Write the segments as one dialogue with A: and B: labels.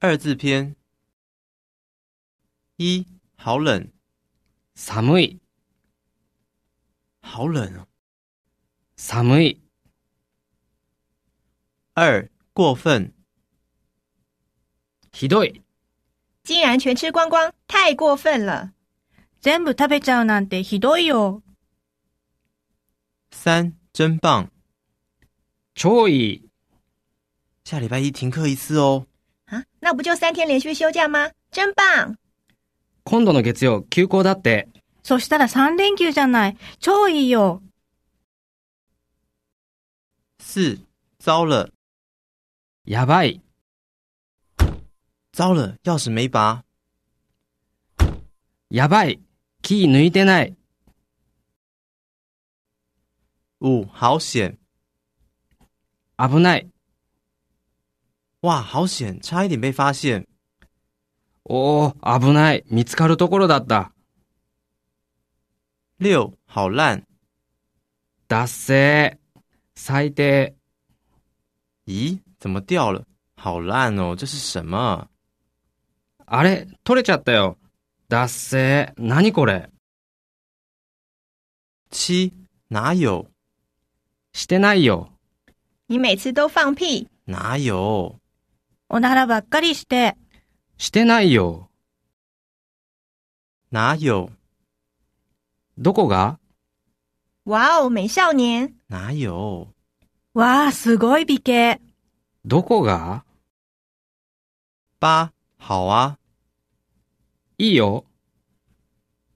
A: 二字篇：一、好冷，
B: 寒い、
A: 好冷哦；
B: 寒い、
A: 二、过分；
B: ひどい、
C: 竟然全吃光光，太过分了！
D: 全部食べちゃうなんてひどいよ。
A: 三、真棒。
B: 超いい、
A: 下礼拜一停课一次哦。
C: 啊，那不就三天连续休假吗？真棒！
B: 今度の月曜休校だって、
D: そしたら3連休じゃない。超いいよ。
A: 四、糟了，
B: やばい、
A: 糟了，钥匙没拔。
B: やばい、キー抜いてない、
A: 五、好险，
B: 危ない、
A: 哇，好险，差一点被发现。
B: おー、危ない、見つかるところだった。
A: 六、好烂，
B: 達成、最低、
A: 咦，怎么掉了？好烂哦，这是什么啊？
B: あれ、取れちゃったよ。達成、何これ、
A: 七，哪有
B: してないよ。
C: 你每次都放屁，
A: 哪有？
D: おならばっかりして。
B: してないよ。
A: 哪有？
B: どこが
C: 哇哦，美少年！
A: 哪有？
D: わあ、すごい美形。
B: どこが
A: 八，好啊，
B: いいよ。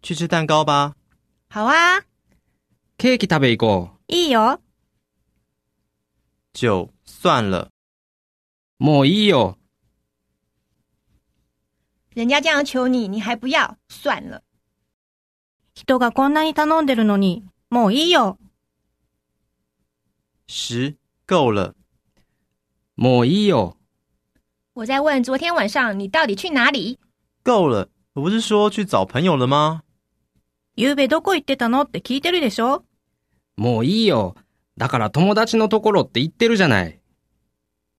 A: 去吃蛋糕吧。
C: 好啊，
B: ケーキ食べ行こ
D: いいよ。
A: 九，算了，
B: う。もういいよ。
C: 人家这样求你，你还不要，算了。
D: 人がこんなに頼んでるのに、もういいよ。
A: 十，够了，
B: もういいよ。
C: 我在问昨天晚上你到底去哪里？
A: 够了。我不是说去找朋友了吗？
D: 昨べどこ行ってたのって聞いてるでしょ
B: もういいよ。だから友達のところって言ってるじゃない。